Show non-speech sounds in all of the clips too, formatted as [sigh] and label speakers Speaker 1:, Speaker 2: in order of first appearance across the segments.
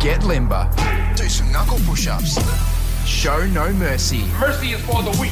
Speaker 1: Get limber. Do some knuckle push ups. Show no mercy.
Speaker 2: Mercy is for the weak.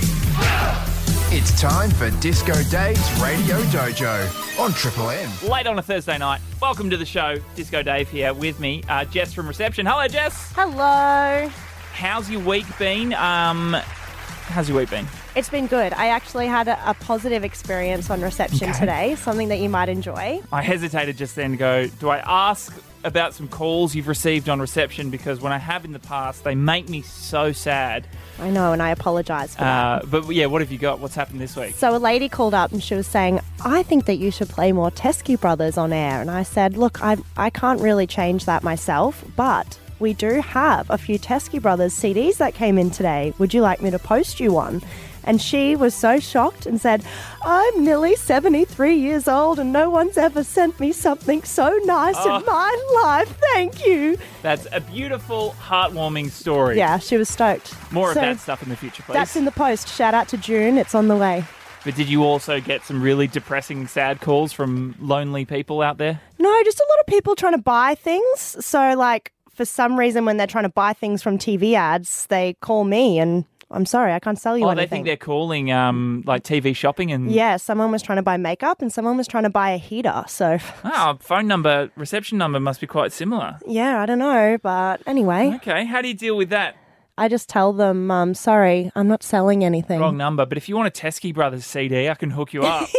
Speaker 1: It's time for Disco Dave's Radio Dojo on Triple M.
Speaker 3: Late on a Thursday night. Welcome to the show. Disco Dave here with me. Uh, Jess from reception. Hello, Jess.
Speaker 4: Hello.
Speaker 3: How's your week been? Um, how's your week been?
Speaker 4: It's been good. I actually had a, a positive experience on reception
Speaker 3: Okay.
Speaker 4: today, something that you might enjoy.
Speaker 3: I hesitated just then to go, do I ask about some calls you've received on reception? Because when I have in the past, they make me so sad.
Speaker 4: I know, and I apologize for that.
Speaker 3: Uh, but yeah, what have you got? What's happened this week?
Speaker 4: So a lady called up and she was saying, "I think that you should play more Teskey Brothers on air." And I said, "Look, I I can't really change that myself, but we do have a few Teskey Brothers CDs that came in today. Would you like me to post you one?" And she was so shocked and said, "I'm nearly 73 years old and no one's ever sent me something so nice
Speaker 3: Oh.
Speaker 4: in my life. Thank you."
Speaker 3: That's a beautiful, heartwarming story.
Speaker 4: Yeah, she was stoked.
Speaker 3: More
Speaker 4: So
Speaker 3: of that stuff in the future, please.
Speaker 4: That's in the post. Shout out to June. It's on the way.
Speaker 3: But did you also get some really depressing, sad calls from lonely people out there?
Speaker 4: No, just a lot of people trying to buy things. So, like, for some reason, when they're trying to buy things from TV ads, they call me and I'm sorry, I can't sell
Speaker 3: Oh,
Speaker 4: you
Speaker 3: they
Speaker 4: anything.
Speaker 3: think they're calling um, like TV shopping and
Speaker 4: yeah, someone was trying to buy makeup and someone was trying to buy a heater. So, [laughs]
Speaker 3: oh, phone number, reception number must be quite similar.
Speaker 4: yeah, I don't know. But anyway,
Speaker 3: Okay, how do you deal with that?
Speaker 4: I just tell them, um, sorry, I'm not selling anything.
Speaker 3: Wrong number, but if you want a Teskey Brothers CD, I can hook you
Speaker 4: [laughs]
Speaker 3: up.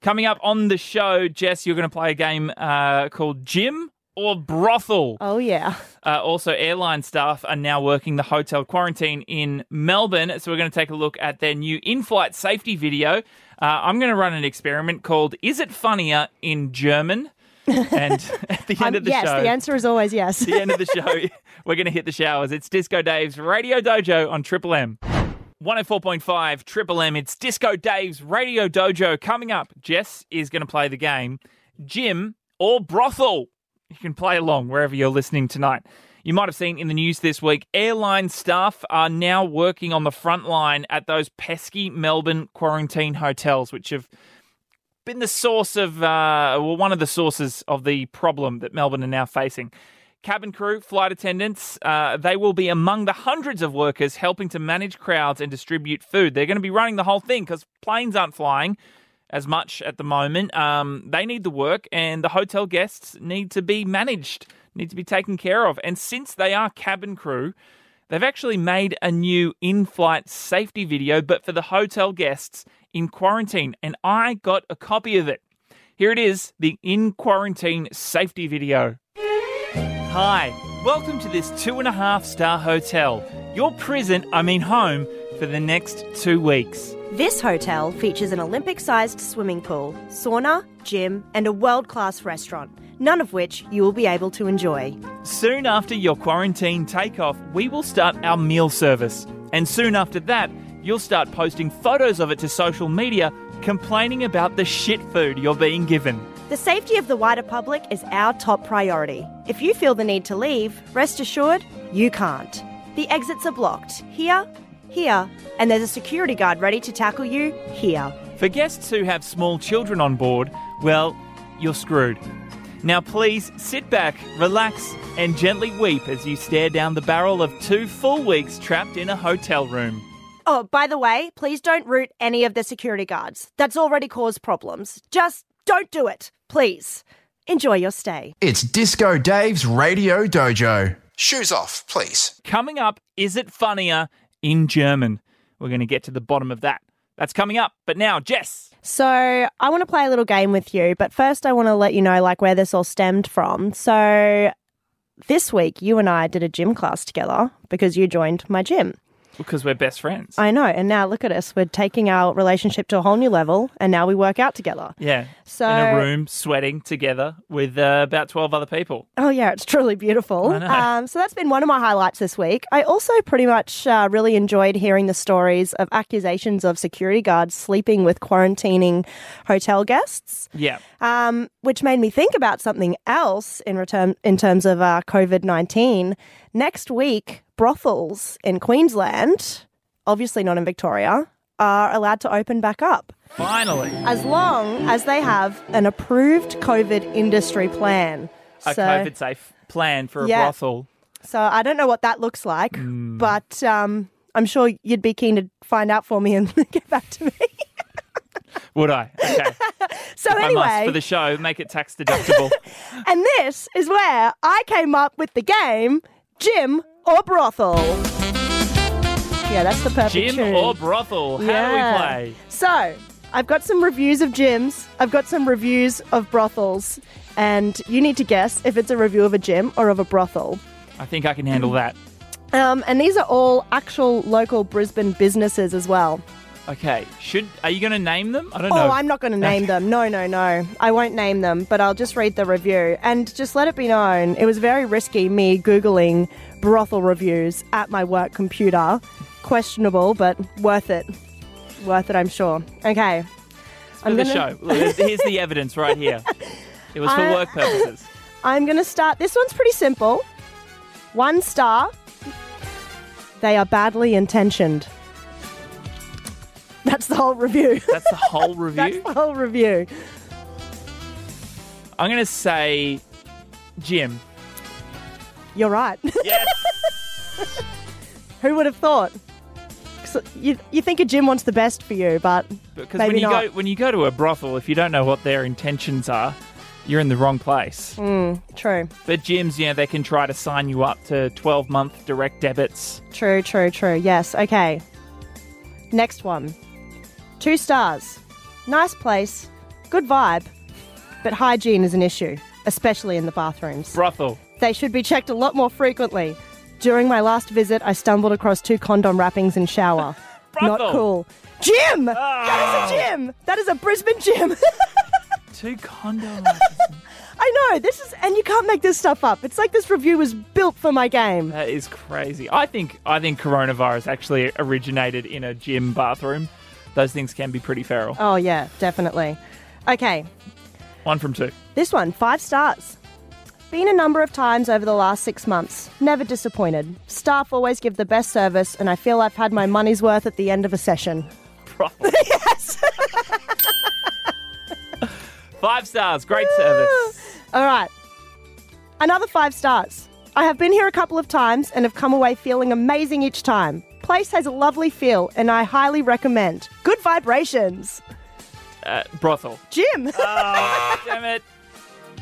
Speaker 3: Coming up on the show, Jess, you're going to play a game uh, called Gym or Brothel.
Speaker 4: Oh, yeah.
Speaker 3: Uh, also, airline staff are now working the hotel quarantine in Melbourne. So, we're going to take a look at their new in flight safety video. Uh, I'm going to run an experiment called Is It Funnier in
Speaker 4: [laughs]
Speaker 3: German? And [laughs] at the end
Speaker 4: Um,
Speaker 3: of the
Speaker 4: yes,
Speaker 3: show,
Speaker 4: the answer is always
Speaker 3: [laughs]
Speaker 4: yes.
Speaker 3: the end of the show, we're going to hit the showers. It's Disco Dave's Radio Dojo on Triple M. 104.5 Triple M. It's Disco Dave's Radio Dojo. Coming up, Jess is going to play the game Gym or Brothel. You can play along wherever you're listening tonight. You might have seen in the news this week, airline staff are now working on the front line at those pesky Melbourne quarantine hotels, which have been the source of, uh, well, one of the sources of the problem that Melbourne are now facing. Cabin crew, flight attendants, uh, they will be among the hundreds of workers helping to manage crowds and distribute food. They're going to be running the whole thing because planes aren't flying as much at the moment. Um, they need the work, and the hotel guests need to be managed, need to be taken care of. And since they are cabin crew, They've actually made a new in flight safety video, but for the hotel guests in quarantine, and I got a copy of it. Here it is the in quarantine safety video. Hi, welcome to this two and a half star hotel, your prison, I mean home, for the next two weeks.
Speaker 4: This hotel features an Olympic sized swimming pool, sauna, gym, and a world class restaurant, none of which you will be able to enjoy.
Speaker 3: Soon after your quarantine takeoff, we will start our meal service. And soon after that, you'll start posting photos of it to social media complaining about the shit food you're being given.
Speaker 4: The safety of the wider public is our top priority. If you feel the need to leave, rest assured, you can't. The exits are blocked here, here, and there's a security guard ready to tackle you here.
Speaker 3: For guests who have small children on board, well, you're screwed. Now, please sit back, relax, and gently weep as you stare down the barrel of two full weeks trapped in a hotel room.
Speaker 4: Oh, by the way, please don't root any of the security guards. That's already caused problems. Just don't do it, please. Enjoy your stay.
Speaker 1: It's Disco Dave's Radio Dojo. Shoes off, please.
Speaker 3: Coming up, is it funnier in German? We're going to get to the bottom of that. That's coming up. But now, Jess.
Speaker 4: So, I want to play a little game with you, but first I want to let you know like where this all stemmed from. So, this week you and I did a gym class together because you joined my gym.
Speaker 3: Because we're best friends.
Speaker 4: I know, and now look at us. We're taking our relationship to a whole new level and now we work out together.
Speaker 3: yeah.
Speaker 4: So-
Speaker 3: in a room, sweating together with uh, about 12 other people.
Speaker 4: Oh yeah, it's truly beautiful.
Speaker 3: I know.
Speaker 4: Um, so that's been one of my highlights this week. I also pretty much uh, really enjoyed hearing the stories of accusations of security guards sleeping with quarantining hotel guests,
Speaker 3: Yeah.
Speaker 4: um, which made me think about something else in return in terms of uh, COVID nineteen. Next week, brothels in Queensland, obviously not in Victoria, are allowed to open back up
Speaker 3: Finally.
Speaker 4: as long as they have an approved COVID industry plan.
Speaker 3: a
Speaker 4: So-
Speaker 3: COVID safe plan for a
Speaker 4: Yeah.
Speaker 3: brothel.
Speaker 4: So I don't know what that looks like,
Speaker 3: Hmm.
Speaker 4: but um, I'm sure you'd be keen to find out for me and [laughs] get back to me.
Speaker 3: Would
Speaker 4: [laughs]
Speaker 3: I? Okay.
Speaker 4: So
Speaker 3: I must for
Speaker 4: anyway,
Speaker 3: the show. Make it tax
Speaker 4: [laughs]
Speaker 3: deductible.
Speaker 4: and this is where I came up with the game Gym or Brothel. Yeah, that's the perfect
Speaker 3: Gym
Speaker 4: tune.
Speaker 3: or brothel? How
Speaker 4: Yeah.
Speaker 3: do we play?
Speaker 4: So, I've got some reviews of gyms, I've got some reviews of brothels, and you need to guess if it's a review of a gym or of a brothel.
Speaker 3: I think I can handle that.
Speaker 4: Um, and these are all actual local Brisbane businesses as well.
Speaker 3: Okay. Should are you going to name them? I don't
Speaker 4: Oh,
Speaker 3: know.
Speaker 4: I'm not going to name them. No, no, no. I won't name them, but I'll just read the review. And just let it be known, it was very risky me Googling brothel reviews at my work computer. Questionable, but worth it. Worth it, I'm sure. Okay.
Speaker 3: for the
Speaker 4: gonna- [laughs]
Speaker 3: show. Look, Here's the evidence right here. It was for
Speaker 4: I-
Speaker 3: work purposes.
Speaker 4: I'm going to start. This one's pretty simple. One star. They are badly intentioned. That's the whole review. [laughs]
Speaker 3: That's the whole
Speaker 4: That's
Speaker 3: review.
Speaker 4: the whole review.
Speaker 3: I'm going to say Jim.
Speaker 4: You're right. [laughs]
Speaker 3: Yes.
Speaker 4: Who would have thought? 'Cause You, you think a gym wants the best for you, but
Speaker 3: Because
Speaker 4: Maybe
Speaker 3: when you
Speaker 4: not.
Speaker 3: go when you go to a brothel, if you don't know what their intentions are, you're in the wrong place.
Speaker 4: Mm. true,
Speaker 3: But gyms, you know, they can try to sign you up to 12 month direct debits.
Speaker 4: true, true, true. Yes, okay. Next one. Two stars. Nice place, good vibe, but hygiene is an issue, especially in the bathrooms.
Speaker 3: Brothel.
Speaker 4: They should be checked a lot more frequently. During my last visit, I stumbled across two condom wrappings in shower. Not
Speaker 3: Brothel.
Speaker 4: cool. Jim!
Speaker 3: Ah.
Speaker 4: That is a gym! That is a Brisbane gym! [laughs]
Speaker 3: Two [laughs] condoms.
Speaker 4: I know, this is, and you can't make this stuff up. It's like this review was built for my game.
Speaker 3: that is crazy. I think I think coronavirus actually originated in a gym bathroom. Those things can be pretty feral.
Speaker 4: Oh, yeah, definitely. Okay,
Speaker 3: One from
Speaker 4: [laughs]
Speaker 3: two.
Speaker 4: this one, five stars. Been a number of times over the last six months. Never disappointed. Staff always give the best service, and I feel I've had my money's worth at the end of a session.
Speaker 3: Brothel. yes. Five stars. Great
Speaker 4: [gasps]
Speaker 3: service.
Speaker 4: All right. Another five stars. I have been here a couple of times and have come away feeling amazing each time. Place has a lovely feel and I highly recommend. Good vibrations.
Speaker 3: Uh, brothel.
Speaker 4: Jim.
Speaker 3: Oh, damn it.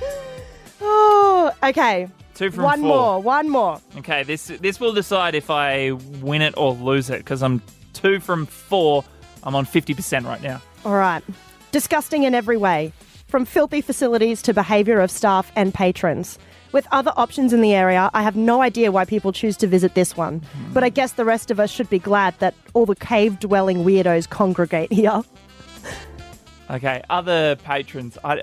Speaker 4: [laughs] oh, okay.
Speaker 3: Two from
Speaker 4: One
Speaker 3: four.
Speaker 4: more, one more.
Speaker 3: Okay, this this will decide if I win it or lose it because I'm two from four. I'm on fifty percent right now.
Speaker 4: All right. Disgusting in every way, from filthy facilities to behaviour of staff and patrons. With other options in the area, I have no idea why people choose to visit this one.
Speaker 3: Hmm.
Speaker 4: But I guess the rest of us should be glad that all the cave dwelling weirdos congregate here.
Speaker 3: Okay, other patrons. I,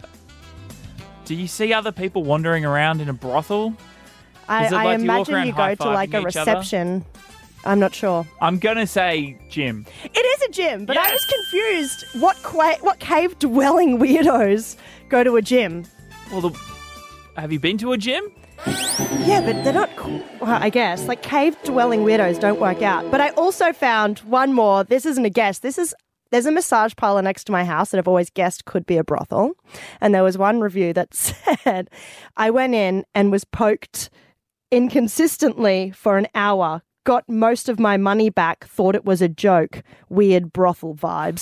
Speaker 3: do you see other people wandering around in a brothel?
Speaker 4: I,
Speaker 3: Is it
Speaker 4: I
Speaker 3: like you walk
Speaker 4: imagine
Speaker 3: around
Speaker 4: you go to like a
Speaker 3: high-fiving each other?
Speaker 4: reception. I'm not sure.
Speaker 3: I'm gonna say Jim.
Speaker 4: It is a gym, but I was
Speaker 3: Yes!
Speaker 4: confused. What qua- what cave dwelling weirdos go to a gym?
Speaker 3: Well, the, have you been to a gym?
Speaker 4: Yeah, but they're not. qu- Well, I guess like cave dwelling weirdos don't work out. But I also found one more. This isn't a guess. This is there's a massage parlor next to my house that I've always guessed could be a brothel, and there was one review that [laughs] said I went in and was poked inconsistently for an hour. Got most of my money back. Thought it was a joke. Weird
Speaker 3: [laughs]
Speaker 4: brothel vibes. [laughs]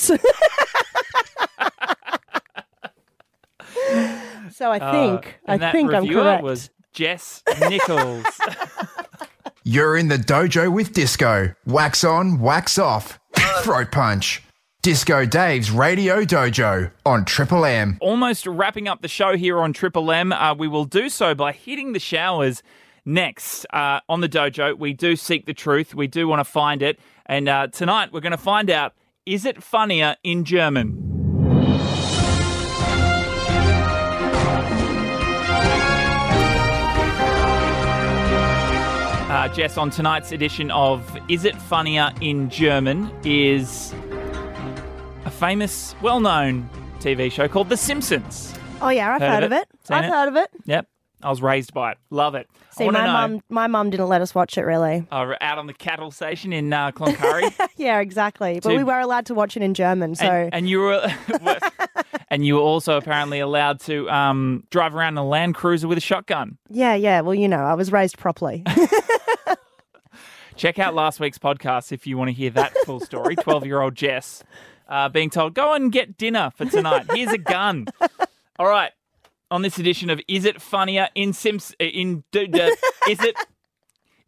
Speaker 4: so I think
Speaker 3: Uh, and
Speaker 4: I
Speaker 3: that
Speaker 4: think I'm
Speaker 3: reviewer
Speaker 4: correct.
Speaker 3: was Jess Nichols.
Speaker 1: You're in the dojo with disco. Wax on, wax off. [laughs] Throat punch. Disco Dave's Radio Dojo on Triple M.
Speaker 3: Almost wrapping up the show here on Triple M. Uh, we will do so by hitting the showers next uh, on the dojo. We do seek the truth. We do want to find it, and uh, tonight we're going to find out: is it funnier in German? Uh, Jess, on tonight's edition of Is It Funnier in German is a famous, well known TV show called The Simpsons.
Speaker 4: Oh yeah, I've heard, of it.
Speaker 3: Seen
Speaker 4: I've
Speaker 3: it?
Speaker 4: heard of it.
Speaker 3: Yep. I was raised by it. Love it. I
Speaker 4: See,
Speaker 3: want to
Speaker 4: my
Speaker 3: know.
Speaker 4: mum, my mum didn't let us watch
Speaker 3: [laughs]
Speaker 4: it really. [laughs]
Speaker 3: uh, we're out on the cattle station in uh, Cloncurry.
Speaker 4: Yeah, exactly. But
Speaker 3: Dude. [laughs]
Speaker 4: we were allowed to watch it in German, so
Speaker 3: and, and you were. and you were also apparently allowed to um, drive around in a Land Cruiser with a shotgun.
Speaker 4: Yeah, yeah. Well, you know, I was
Speaker 3: [laughs]
Speaker 4: raised properly.
Speaker 3: Check out last week's podcast if you want to hear that full story. 12 year old Jess uh, being told, go and get dinner for tonight. Here's a gun. All right. On this edition of Is It Funnier in Simps uh, in d- d- Is it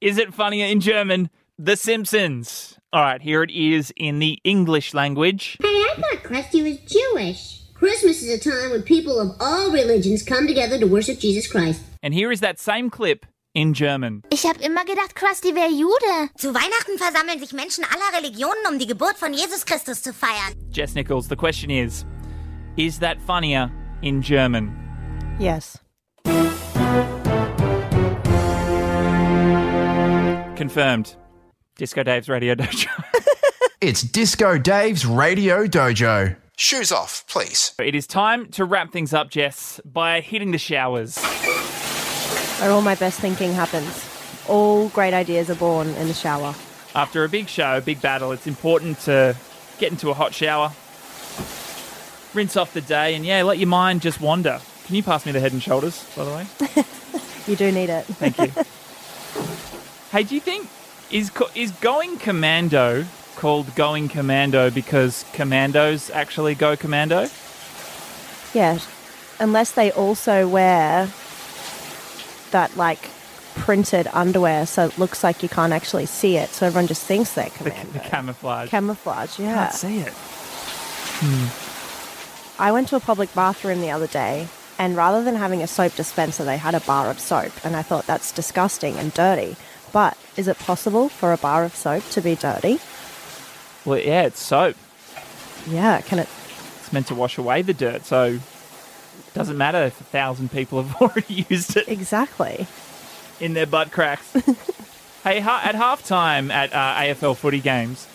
Speaker 3: Is it funnier in German? The Simpsons. All right, here it is in the English language.
Speaker 2: Hey, I thought Krusty was Jewish. Christmas is a time when people of all religions come together to worship Jesus Christ.
Speaker 3: And here is that same clip in German.
Speaker 5: Ich habe immer gedacht, Krusty wäre Jude.
Speaker 6: Zu Weihnachten versammeln sich Menschen aller Religionen, um die Geburt von Jesus Christus zu feiern.
Speaker 3: Jess Nichols, the question is Is that funnier in German?
Speaker 4: yes.
Speaker 3: Confirmed. Disco Dave's Radio Dojo.
Speaker 1: It's Disco Dave's Radio Dojo. Shoes off, please.
Speaker 3: it is time to wrap things up, Jess, by hitting the showers.
Speaker 4: Where all my best thinking happens. All great ideas are born in the shower.
Speaker 3: After a big show, a big battle, it's important to get into a hot shower, rinse off the day, and yeah, let your mind just wander. Can you pass me the head and shoulders, by the way?
Speaker 4: You do need it.
Speaker 3: Thank you. hey, do you think is co- is going commando called going commando because commandos actually go commando?
Speaker 4: [laughs] Yeah. Unless they also wear that like printed underwear so it looks like you can't actually see it. So everyone just thinks they're
Speaker 3: The,
Speaker 4: commando.
Speaker 3: the camouflage.
Speaker 4: Camouflage,
Speaker 3: I
Speaker 4: yeah. Hmm.
Speaker 3: can't see it.
Speaker 4: I went to a public bathroom the other day, and rather than having a soap dispenser, they had a bar of soap. And I thought that's disgusting and dirty. But is it possible for a bar of soap to be dirty?
Speaker 3: Well, yeah, it's soap.
Speaker 4: Yeah, can it?
Speaker 3: It's meant to wash away the dirt, so doesn't matter if a thousand people have [laughs] already used it
Speaker 4: Exactly.
Speaker 3: in their butt
Speaker 4: [laughs]
Speaker 3: cracks. hey, ha- at halftime at uh, AFL footy games,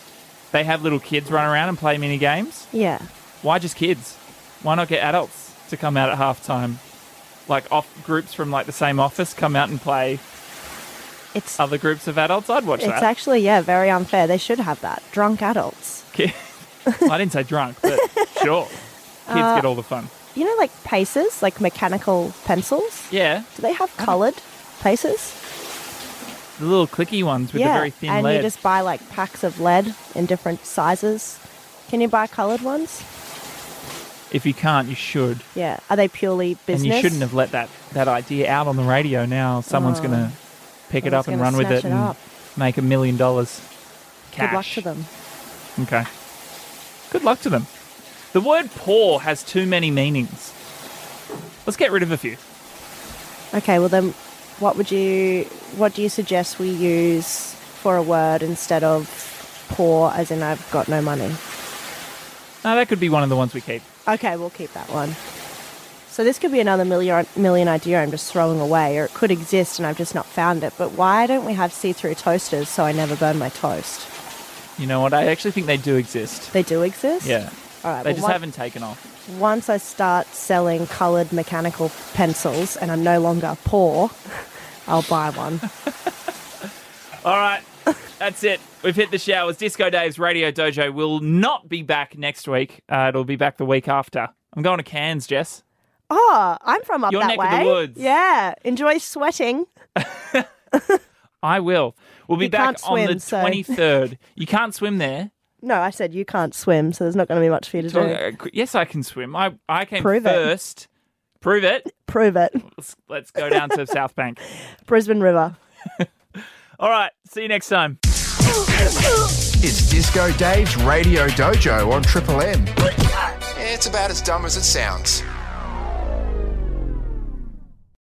Speaker 3: they have little kids run around and play mini games.
Speaker 4: Yeah.
Speaker 3: why just kids? Why not get adults to come out at halftime? Like off groups from like the same office come out and play
Speaker 4: It's
Speaker 3: other groups of adults. I'd watch
Speaker 4: it's
Speaker 3: Oh, that.
Speaker 4: actually yeah very unfair. They should have that. Drunk adults.
Speaker 3: Ki- [laughs] I didn't say drunk,
Speaker 4: [laughs]
Speaker 3: but sure, kids
Speaker 4: Uh,
Speaker 3: get all the fun.
Speaker 4: You know, like paces, like mechanical pencils.
Speaker 3: Yeah,
Speaker 4: Do they have coloured paces?
Speaker 3: the little clicky ones with
Speaker 4: yeah,
Speaker 3: the very thin
Speaker 4: and
Speaker 3: lead.
Speaker 4: you just buy like packs of lead in different sizes. Can you buy coloured ones?
Speaker 3: If you can't, you should.
Speaker 4: Yeah. Are they purely business?
Speaker 3: And you shouldn't have let that that idea out on the radio. Now someone's
Speaker 4: Oh.
Speaker 3: gonna pick it
Speaker 4: Someone's
Speaker 3: up and
Speaker 4: gonna
Speaker 3: run with
Speaker 4: snatch
Speaker 3: it,
Speaker 4: it
Speaker 3: and
Speaker 4: up.
Speaker 3: make a million dollars.
Speaker 4: Good luck
Speaker 3: Cash.
Speaker 4: to them.
Speaker 3: Okay. Good luck to them. The word poor has too many meanings. Let's get rid of a few.
Speaker 4: Okay, well then, what would you? What do you suggest we use for a word instead of poor, as in I've got no money?
Speaker 3: No, that could be one of the ones we keep.
Speaker 4: Okay, we'll keep that one. So this could be another million million idea I'm just throwing away, or it could exist and I've just not found it. But why don't we have see-through toasters so I never burn my toast?
Speaker 3: You know what? I actually think they do exist.
Speaker 4: They do exist.
Speaker 3: Yeah.
Speaker 4: All right.
Speaker 3: They
Speaker 4: well,
Speaker 3: just
Speaker 4: one-
Speaker 3: haven't taken off.
Speaker 4: Once I start selling coloured mechanical pencils and I'm no longer poor, I'll buy one.
Speaker 3: All right. [laughs] That's it. We've hit the showers. Disco Dave's Radio Dojo will not be back next week. Uh, it'll be back the week after. I'm going to Cairns, Jess.
Speaker 4: Oh, I'm from up
Speaker 3: Your
Speaker 4: that
Speaker 3: neck
Speaker 4: way.
Speaker 3: of the woods.
Speaker 4: Yeah, enjoy sweating.
Speaker 3: I will. We'll be
Speaker 4: You
Speaker 3: back
Speaker 4: can't
Speaker 3: on the
Speaker 4: swim, so-
Speaker 3: 23rd. You can't swim
Speaker 4: [laughs]
Speaker 3: there.
Speaker 4: No, I said you can't swim, so there's not going to be much for you to do.
Speaker 3: Uh, Yes, I can swim. I, I came
Speaker 4: Prove it.
Speaker 3: first. Prove it.
Speaker 4: Prove it.
Speaker 3: Let's, let's go down
Speaker 4: [laughs]
Speaker 3: to South Bank.
Speaker 4: Brisbane River.
Speaker 3: All right. See you next time.
Speaker 1: It's Disco Dave's Radio Dojo on Triple M. It's about as dumb as it sounds.